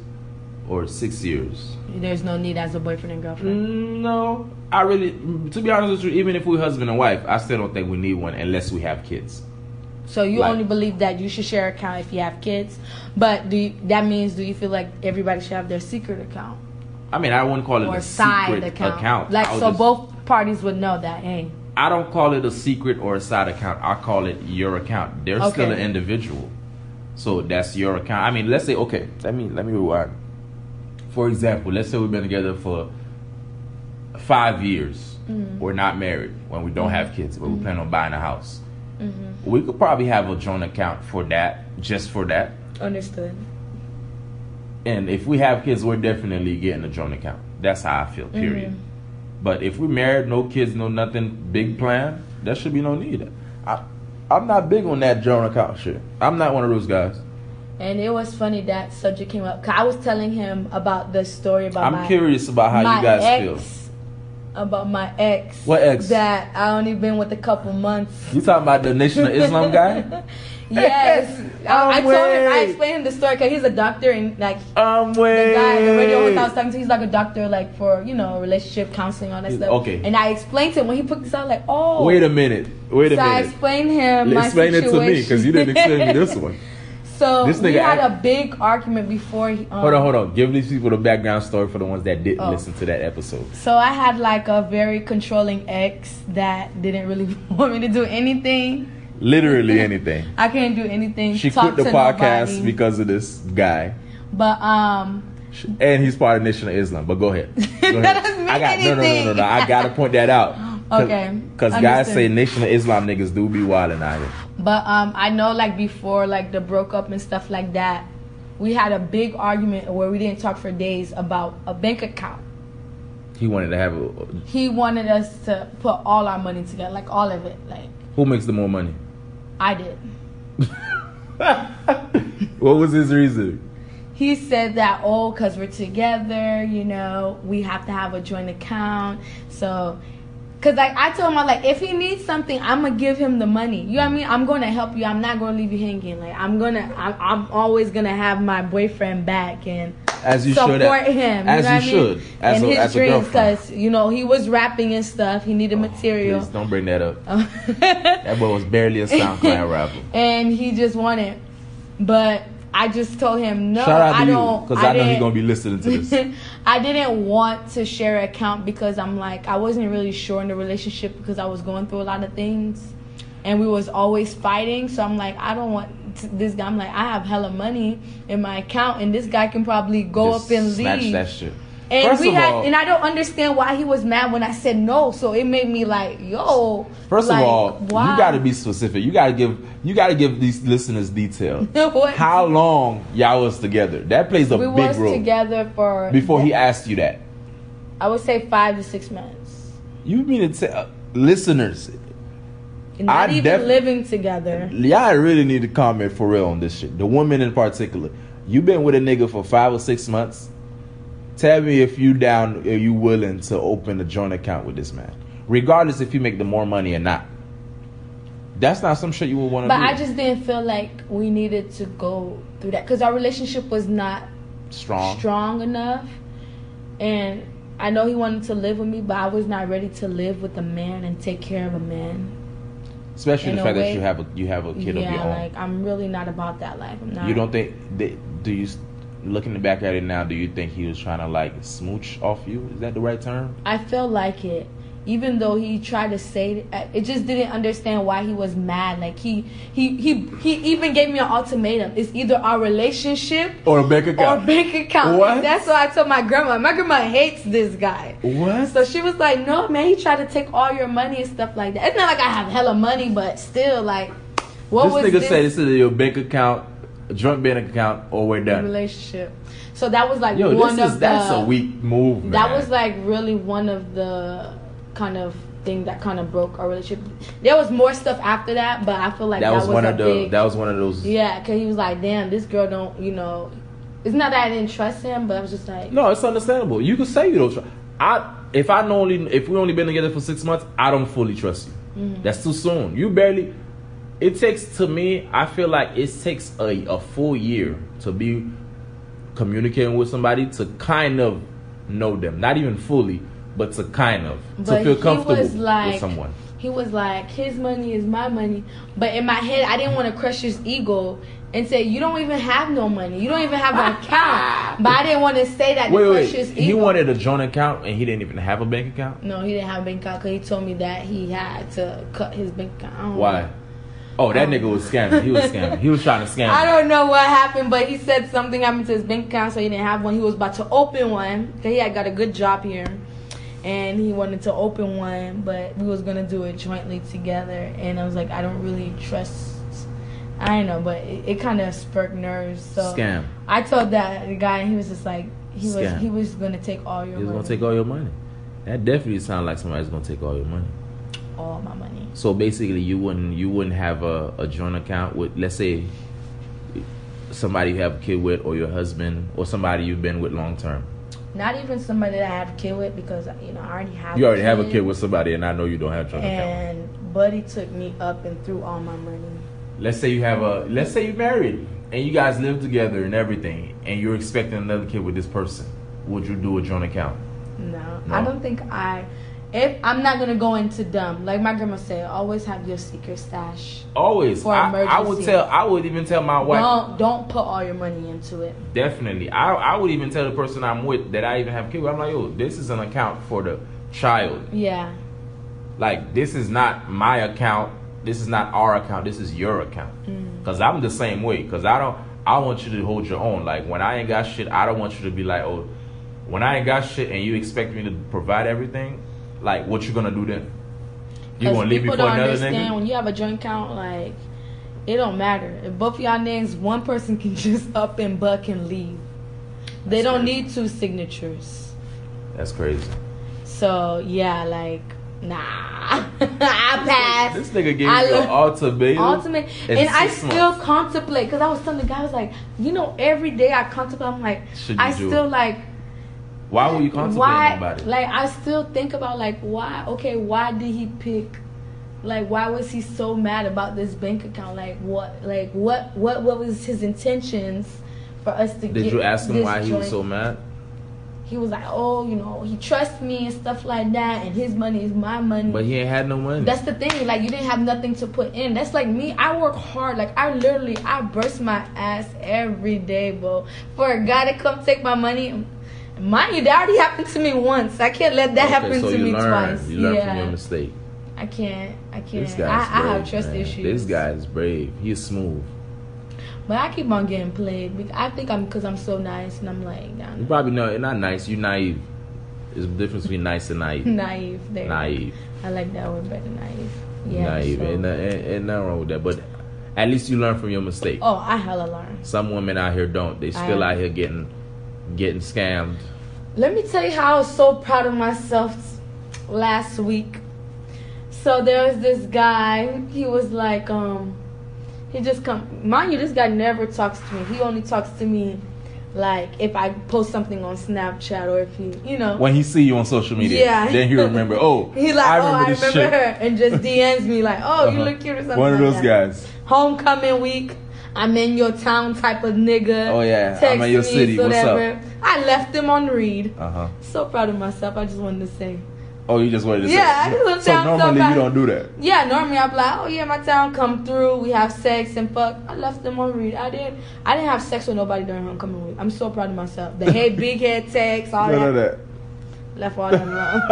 or six years. There's no need as a boyfriend and girlfriend. Mm, No, I really, mm, to be honest with you, even if we're husband and wife, I still don't think we need one unless we have kids. So you Mm. Right. only believe that you should share account if you have kids, but do you, that means do you feel like everybody should have their secret account I mean, I wouldn't call it or a side secret account? account. Like I would so, just- both parties would know that. Hey, I don't call it a secret or a side account. I call it your account. They're still Okay. an individual, so that's your account. I mean, let's say okay. Let me let me rewind. For example, let's say we've been together for five years. We're not married when we don't have kids, but we plan on buying a house. We could probably have a joint account for that, just for that. understood. And if we have kids, we're definitely getting a joint account. That's how I Mm-hmm. feel, period. But if we're married, no kids, no nothing, big plan, there should be no need. I, I'm not big on that joint account shit. I'm not one of those guys. And it was funny that subject came up. 'cause I was telling him about the story about I'm Oh my, curious about how my you guys feel. ex, about my ex. What ex? That I only been with a couple months. You talking about the Nation of Islam guy? Yes, Oh, I, I told him. I wait. explained him the story because he's a doctor and like Um, wait. the guy, the radio host I was talking to, he's like a doctor, like for you know relationship counseling, all that He's- stuff. okay. And I explained to him when he put this out, like, oh, Wait a minute. Wait a so I minute. explained him. my Explain it to me because you didn't situation. explain me this one. so This we nigga had act- a big argument before. He, um, Hold on, hold on. Give these people the background story for the ones that didn't Oh. listen to that episode. So I had like a very controlling ex that didn't really want me to do anything. Literally anything. I can't do anything. She talk quit the to podcast nobody. because of this guy, but um. Sh- and he's part of Nation of Islam. But go ahead. Go ahead. That doesn't mean I got no, no, no, no, anything. no. I gotta point that out. Okay, Because guys understood. say Nation of Islam niggas do be wilding out here. But um, I know like before like the broke up and stuff like that, we had a big argument where we didn't talk for days about a bank account. He wanted to have a. He wanted us to put all our money together, like all of it. Like Who makes the more money? I did. What was his reason? He said that oh, cause we're together, you know, we have to have a joint account. So, cause like I told him, I like if he needs something, I'm gonna give him the money. You know what I mean? I'm gonna help you. I'm not gonna leave you hanging. Like I'm gonna, I'm, I'm always gonna have my boyfriend back and. As you support should. at- him. You know as you what I mean? should. As and a, his as a dreams, girlfriend. Oh, because you know he was rapping and stuff. He needed material. Please don't bring that up. That boy was barely a SoundCloud rapper. and he just wanted, but I just told him no. Shout out I to you don't. because I, know he's didn't- gonna be listening to this. I didn't want to share an account because I'm like I wasn't really sure in the relationship because I was going through a lot of things, and we was always fighting. So I'm like I don't want t- this guy. I'm like I have hella money in my account, and this guy can probably go Just up and snatch leave. that shit. And First we of had, all- and I don't understand why he was mad when I said no. So it made me like, yo. First like, of all, why? you got to be specific. You got to give you got to give these listeners detail. What? How long y'all was together? That plays a We big was role. together for Before he asked you that, I would say five to six months. you mean to tell listeners? Not I even def- living together. Y'all really need to comment for real on this shit. The women in particular. you been with a nigga for five or six months. Tell me if you down, are you willing to open a joint account with this man, regardless if you make the more money or not. That's not some shit you would want to But do. I just didn't feel like we needed to go through that because our relationship was not strong. strong enough. And I know he wanted to live with me, but I was not ready to live with a man and take care of a man. especially in the a fact that way- you have a you have a kid of your yeah, own. like I'm really not about that life. I'm not. you don't think they, do you s- looking back at it now? Do you think he was trying to like smooch off you? Is that the right term? I feel like it. Even though he tried to say it, it just didn't understand why he was mad. Like he, he, he, he even gave me an ultimatum. It's either our relationship Or a bank or bank account. What? That's why I told my grandma. My grandma hates this guy. What? So she was like, "No, man, he tried to take all your money and stuff like that." It's not like I have hella money, but still, like, what this was nigga this? said this is your bank account. a joint bank account, or we're done. relationship. So that was like Yo, one this of is that's the, a weak move, man. That was like really one of the kind of thing that kind of broke our relationship. There was more stuff after that, but I feel like that, was, one a of the big, that was one of those. yeah, because he was like, damn, this girl don't, you know. It's not that I didn't trust him, but I was just like, No, it's understandable. You could say you don't trust. I if I know only if we only been together for six months, I don't fully trust you. Mm-hmm. That's too soon. You barely. It takes to me. I feel like it takes a a full year to be communicating with somebody to kind of know them, not even fully, but to kind of But to feel he comfortable was like- with someone. he was like, his money is my money. But in my head, I didn't want to crush his ego and say, you don't even have no money. You don't even have an account. But I didn't want to say that Wait, to wait. crush his ego. He wanted a joint account and he didn't even have a bank account. No, he didn't have a bank account 'cause he told me that he had to cut his bank account. I don't Why? know. Oh, that Um. nigga was scamming. He was scamming. He was trying to scam. I me. don't know what happened, but he said something happened to his bank account, so he didn't have one. He was about to open one 'cause he had got a good job here, and he wanted to open one, but we was gonna do it jointly together. And I was like, I don't really trust. I don't know, but it, it kind of sparked nerves. So Scam. I told that guy, and he was just like, he was Scam. he was gonna take all your He's money, gonna take all your money. That definitely sounds like somebody's gonna take all your money. all my money. So basically, you wouldn't you wouldn't have a, a joint account with let's say somebody you have a kid with, or your husband, or somebody you've been with long term. Not even somebody that I have a kid with because you know I already have. You already have a kid with somebody, and I know you don't have a joint account. And Buddy took me up and threw all my money. Let's say you have a let's say you're married and you guys live together and everything, and you're expecting another kid with this person. Would you do a joint account? No, No. I don't think I. If I'm not gonna go into dumb, like my grandma said, always have your secret stash. Always, For I, I would emergency. tell I would even tell my wife. Don't don't put all your money into it. Definitely. I, I would even tell the person I'm with that I even have kids. with. I'm like, yo, this is an account for the child. Yeah, Like, this is not my account. This is not our account. This is your account. Mm. Cause I'm the same way. Cause I don't. I want you to hold your own. Like when I ain't got shit, I don't want you to be like, oh, when I ain't got shit and you expect me to provide everything, like what you gonna do then? You 'Cause gonna leave me people for don't another understand nigga? when you have a joint account, like it don't matter. If both of y'all names, one person can just up and buck and leave. They That's don't crazy. need two signatures. That's crazy. So yeah, like nah, I pass. This nigga gave I me an look- ultimatum. ultimate in and i six still months. contemplate because i was telling the guy I was like you know every day i contemplate i'm like Should you i do still it? like Why were you contemplating why about it? like i still think about like why okay why did he pick like why was he so mad about this bank account like what like what what what was his intentions for us to get Did you ask him this why he was so joint? mad? he was like oh you know he trusts me and stuff like that and his money is my money But he ain't had no money. That's the thing. Like you didn't have nothing to put in. That's like me. I work hard. Like I literally, I burst my ass every day, bro. For a guy to come take my money, mind you, that already happened to me once. I can't let that Okay, happen so to you me learn. twice. You learn yeah, from your mistake. I can't. I can't. This I, guy's I brave. have trust man. issues. This guy's brave. He's smooth. But I keep on getting played. bec- I think I'm because I'm so nice and I'm like You nah, probably know you're not nice. You're naive. There's a difference between nice and naive. naive. There. naive. I like that word better. Naive. Yeah. naive. so- Ain't, no- ain't, ain't nothing wrong with that. But at least you learn from your mistake. oh, I hella learned. Some women out here don't. They still I- out here getting getting scammed. Let me tell you how I was so proud of myself last week. So there was this guy. He was like, um, he just come. Mind you, this guy never talks to me. He only talks to me, like if I post something on Snapchat or if he, you know. When he see you on social media, Yeah. then he remember. Oh, he like, I oh, remember I this remember shit. her, and just DMs me like, oh, you Uh-huh. look cute or something. One of like those that. guys. homecoming week. I'm in your town type of nigga. Oh, yeah. I'm Text in your me, city. What's up? whatever. I left him on read. Uh huh. So proud of myself. I just wanted to say. Oh, you just wanted to Yeah, say. I just wanna so sound so normally bad. you don't do that. Yeah, normally I'm like, oh yeah, my town come through. We have sex and fuck. I left them on read. I didn't. I didn't have sex with nobody during homecoming week. I'm so proud of myself. The head, big head text, all None that. of that. Left all that alone.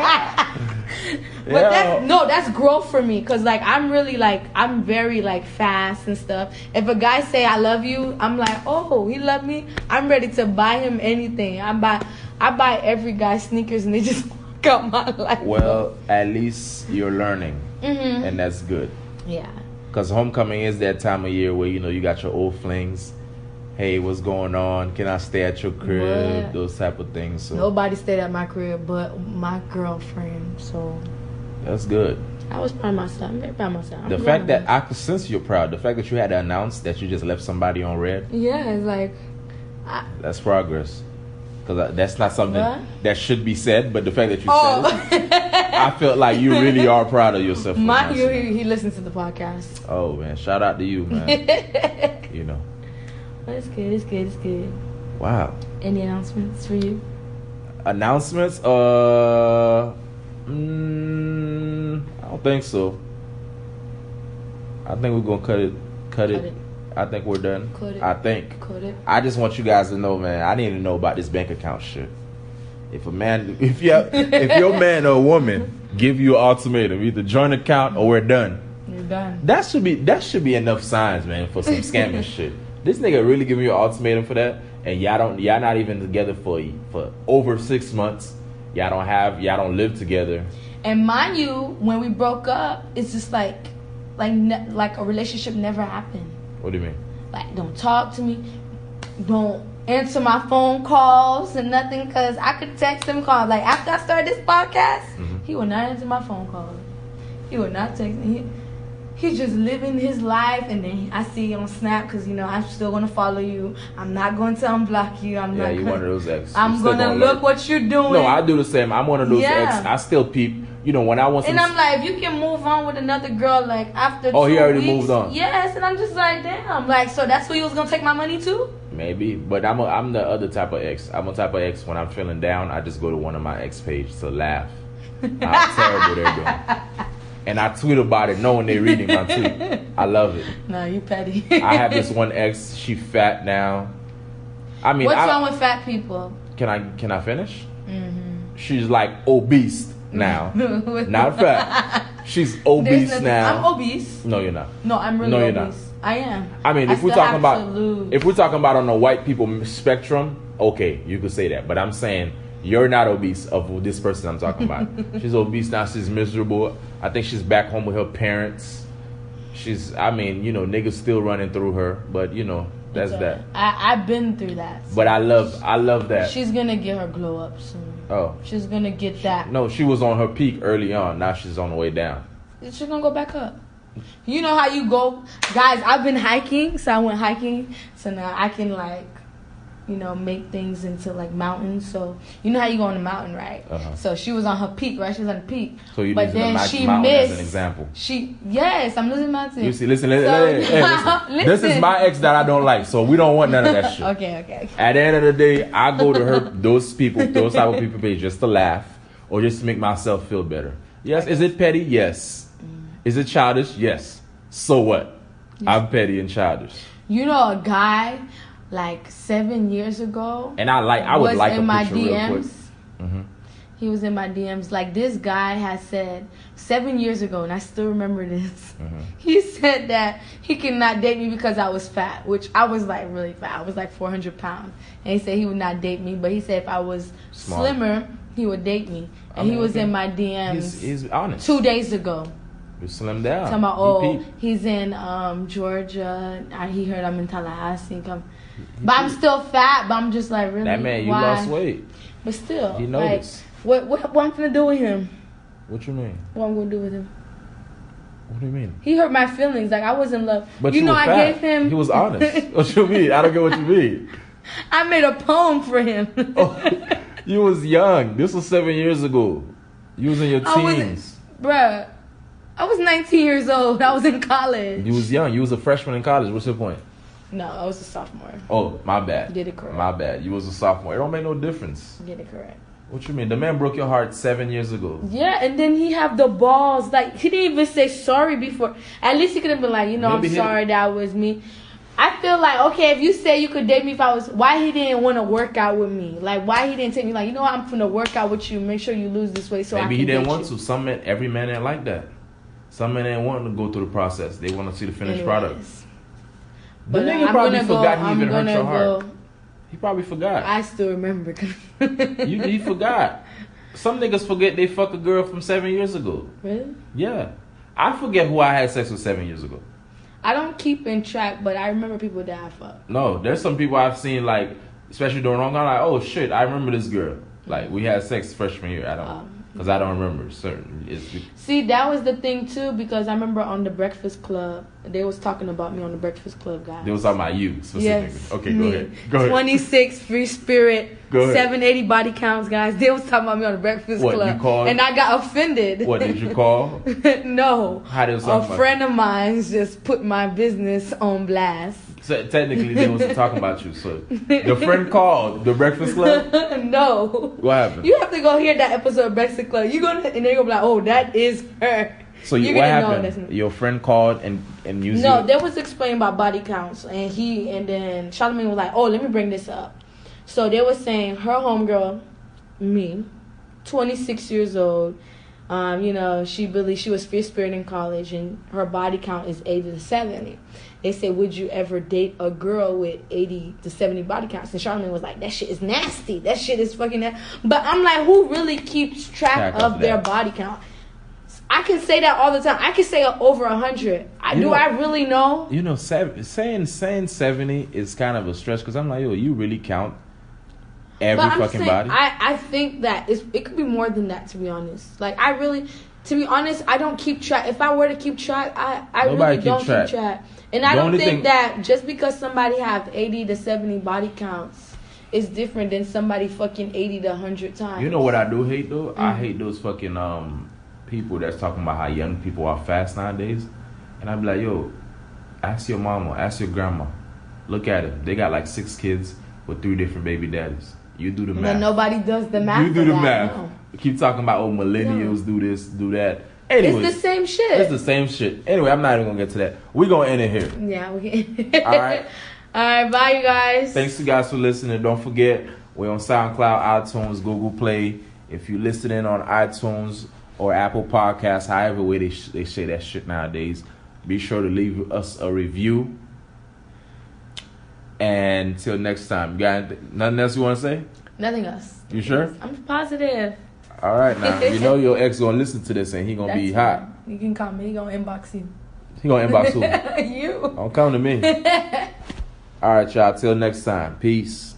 but that's no, that's growth for me. Cause like I'm really like I'm very like fast and stuff. If a guy say I love you, I'm like, oh, he love me. I'm ready to buy him anything. I buy, I buy every guy sneakers and they just walk out my life. Well, at least you're learning, hmm and that's good. Yeah. Cause homecoming is that time of year where you know you got your old flings. Hey, what's going on? Can I stay at your crib? What? Those type of things. So Nobody stayed at my crib but my girlfriend. So that's good. I was proud of myself. I'm very proud of myself. I'm The proud fact of that myself. I could sense you're proud. The fact that you had to announce that you just left somebody on red. yeah, it's like That's progress. Because that's not something What? that should be said, but the fact that you said it, oh, I felt like you really are proud of yourself. for my he, announcing he he listens to the podcast. that. Oh, man. Shout out to you, man. But you know. it's good. It's good. It's good. Wow. Any announcements for you? Announcements? Uh, mm, I don't think so. I think we're going to cut it. Cut, Cut it. it. I think we're done. Cut it. I think. Could it? I just want you guys to know, man. I need to know about this bank account shit. If a man, if you, if your man or woman give you an ultimatum, either join account or we're done. You're done. That should be that should be enough signs, man, for some scamming shit. This nigga really giving you an ultimatum for that, and y'all don't y'all not even together for for over six months. Y'all don't have y'all don't live together. And mind you, when we broke up, it's just like, like, ne- like a relationship never happened. What do you mean? Like, don't talk to me, don't answer my phone calls and nothing, cause I could text him call. Like after I started this podcast, Mhm. he will not answer my phone calls. He will not text me. He, he's just living his life, and then I see you on Snap, cause you know I'm still gonna follow you. I'm not going to unblock you. I'm yeah, not. you gonna, one of those ex. You I'm still gonna gonna look lurk. what you're doing. No, I do the same. I'm one of those Yeah. ex. I still peep. You know when I want some. And I'm like, if you can move on with another girl, like after Oh, two he already weeks, moved on. Yes, and I'm just like, damn, like so that's who you was gonna take my money to? Maybe, but I'm a, I'm the other type of ex. I'm a type of ex when I'm feeling down, I just go to one of my ex page to laugh. How terrible they're doing. And I tweet about it knowing they're reading my tweet. I love it. No, you petty. I have this one ex, she fat now. I mean, What's I- wrong with fat people? can I can I finish? Mm-hmm. She's like obese now. Not fat. She's obese now. I'm obese. no, you're not. No, I'm really No, you're obese. not. I am. I mean, if we're still talking have about to lose. if we're talking about on the white people spectrum, okay, you could say that. But I'm saying you're not obese of this person I'm talking about. she's obese now. She's miserable. I think she's back home with her parents. She's, I mean, you know, niggas still running through her, but you know, that's It's that. alright. I I've been through that. But I love, I love that. she's gonna get her glow up soon. oh She's gonna get that. no, she was on her peak early on. Now she's on the way down. It's just gonna go back up. You know how you go, guys. I've been hiking, so I went hiking, so now I can like, you know, make things into like mountains. So you know how you go on the mountain, right? Uh-huh. So she was on her peak, right? She was on the peak, So you but using the then Mac she Mountain as an missed. example. She yes, I'm losing mountain. You see, listen, li- So li- hey, now- listen. This is listen. my ex that I don't like, so we don't want none of that shit. okay, okay. At the end of the day, I go to her those people, those type of people page just to laugh or just to make myself feel better. Yes, is it petty? Yes. Mm. Is it childish? Yes. So what? I'm petty and childish. You know a guy like seven years ago. And I like I would was like in a my picture real DMs. quick. Mhm. He was in my DMs. Like this guy has said seven years ago, and I still remember this. Mm-hmm. He said that he cannot date me because I was fat, which I was like really fat. I was like 400 pounds, and he said he would not date me. But he said if I was Smart. slimmer, he would date me. And I he mean, was okay. in my DMs He's, he's honest. two days ago. You slim down. Talking about He oh, peep. he's in um, Georgia. I, he heard I'm in Tallahassee. Come, but I'm peep. still fat. But I'm just like really. that man, you why? lost weight. But still, He like, noticed. what what what I'm gonna do with him? What you mean? What I'm gonna do with him? What do you mean? He hurt my feelings. Like I was in love. But you, you know, were I fat. gave him. He was honest. what you mean? I don't get what you mean. I made a poem for him. Oh, you was young. This was seven years ago. You was in your I wasn't- teens. Bruh, I was 19 years old. I was in college. You was young. You was a freshman in college. What's your point? no, I was a sophomore. Oh, my bad. Did it correct. My bad. You was a sophomore. It don't make no difference. Get it correct. What you mean? The man broke your heart seven years ago. Yeah, and then he have the balls. Like he didn't even say sorry before. At least he could have been like, you know, Maybe I'm he- sorry that was me. I feel like okay, if you say you could date me if I was, why he didn't want to work out with me? Like why he didn't take me? Like you know, what? I'm finna work out with you. Make sure you lose this weight so I Maybe can he didn't date want you. to. Some men, every man ain't like that. Some men ain't want to go through the process. They want to see the finished product. Anyways. The But nigga I'm probably gonna go. forgot he I'm even hurt gonna your heart. go. He probably forgot. I still remember. you he forgot. Some niggas forget they fuck a girl from seven years ago. Really? Yeah, I forget who I had sex with seven years ago. I don't keep in track, but I remember people that I fuck. No, there's some people I've seen like, especially during long gone, like, oh shit, I remember this girl. Like we had sex freshman year. I don't, Um. because I don't remember certain. It's, See, that was the thing too because I remember on the Breakfast Club, they was talking about me on the Breakfast Club, guys. they was talking about you specifically. Yes. okay, go me. ahead. Go ahead. 26 free spirit, Go ahead. 780 body counts, guys. They was talking about me on the Breakfast What, Club. you called- And I got offended. What did you call? no. How did it sound A like? friend of mine just put my business on blast. So technically, they was talking about you. So the friend called the breakfast club. no. What happened? You have to go hear that episode of Breakfast Club. You gonna and they're gonna be like, oh, that is her. so you, You're what gonna know happened? that's not- Your friend called and and you. No, that was explained by body counts, and he and then Charlamagne was like, "Oh, let me bring this up." So they were saying her homegirl, me, twenty six years old. Um, you know, she really she was fierce spirit in college, and her body count is eighty to seventy. They said, "Would you ever date a girl with eighty to seventy body counts?" And Charlamagne was like, "That shit is nasty. That shit is fucking." Na-. But I'm like, who really keeps track Track of, of their that. body count? I can say that all the time. I can say over a hundred. I You do. know- I really know. You know, seven, saying saying seventy is kind of a stretch because I'm like, yo, you really count every but I'm fucking saying, body. I, I think that it's, it could be more than that, to be honest. Like, I really, to be honest, I don't keep track. If I were to keep track, I, I Nobody really keep don't track. keep track. And The I don't only think thing- that just because somebody have 80 to 70 body counts is different than somebody fucking 80 to 100 times. you know what I Mm. do hate though? I hate those fucking um people that's talking about how young people are fast nowadays. And I'd be like, yo, ask your mama, ask your grandma. Look at them. They got like six kids with three different baby daddies. You do the But math. nobody does the math. you do for the that, math. no. Keep talking about oh millennials do this, do that. Anyways, It's the same shit. it's the same shit. Anyway, I'm not even gonna get to that. We're gonna end it here. yeah, we can. All right. All right, bye, you guys. Thanks you guys for listening. Don't forget, we're on SoundCloud, iTunes, Google Play. If you're listening on iTunes or Apple Podcasts, however way they, sh- they say that shit nowadays, be sure to leave us a review. And till next time, you got anyth- nothing else you want to say? Nothing else. You sure? I'm positive. All right, now you know your ex gonna listen to this and he gonna be That's hot. fine. You can call me. He gonna inbox you. He gonna inbox who? you. Don't come to me. All right, y'all. Till next time. Peace.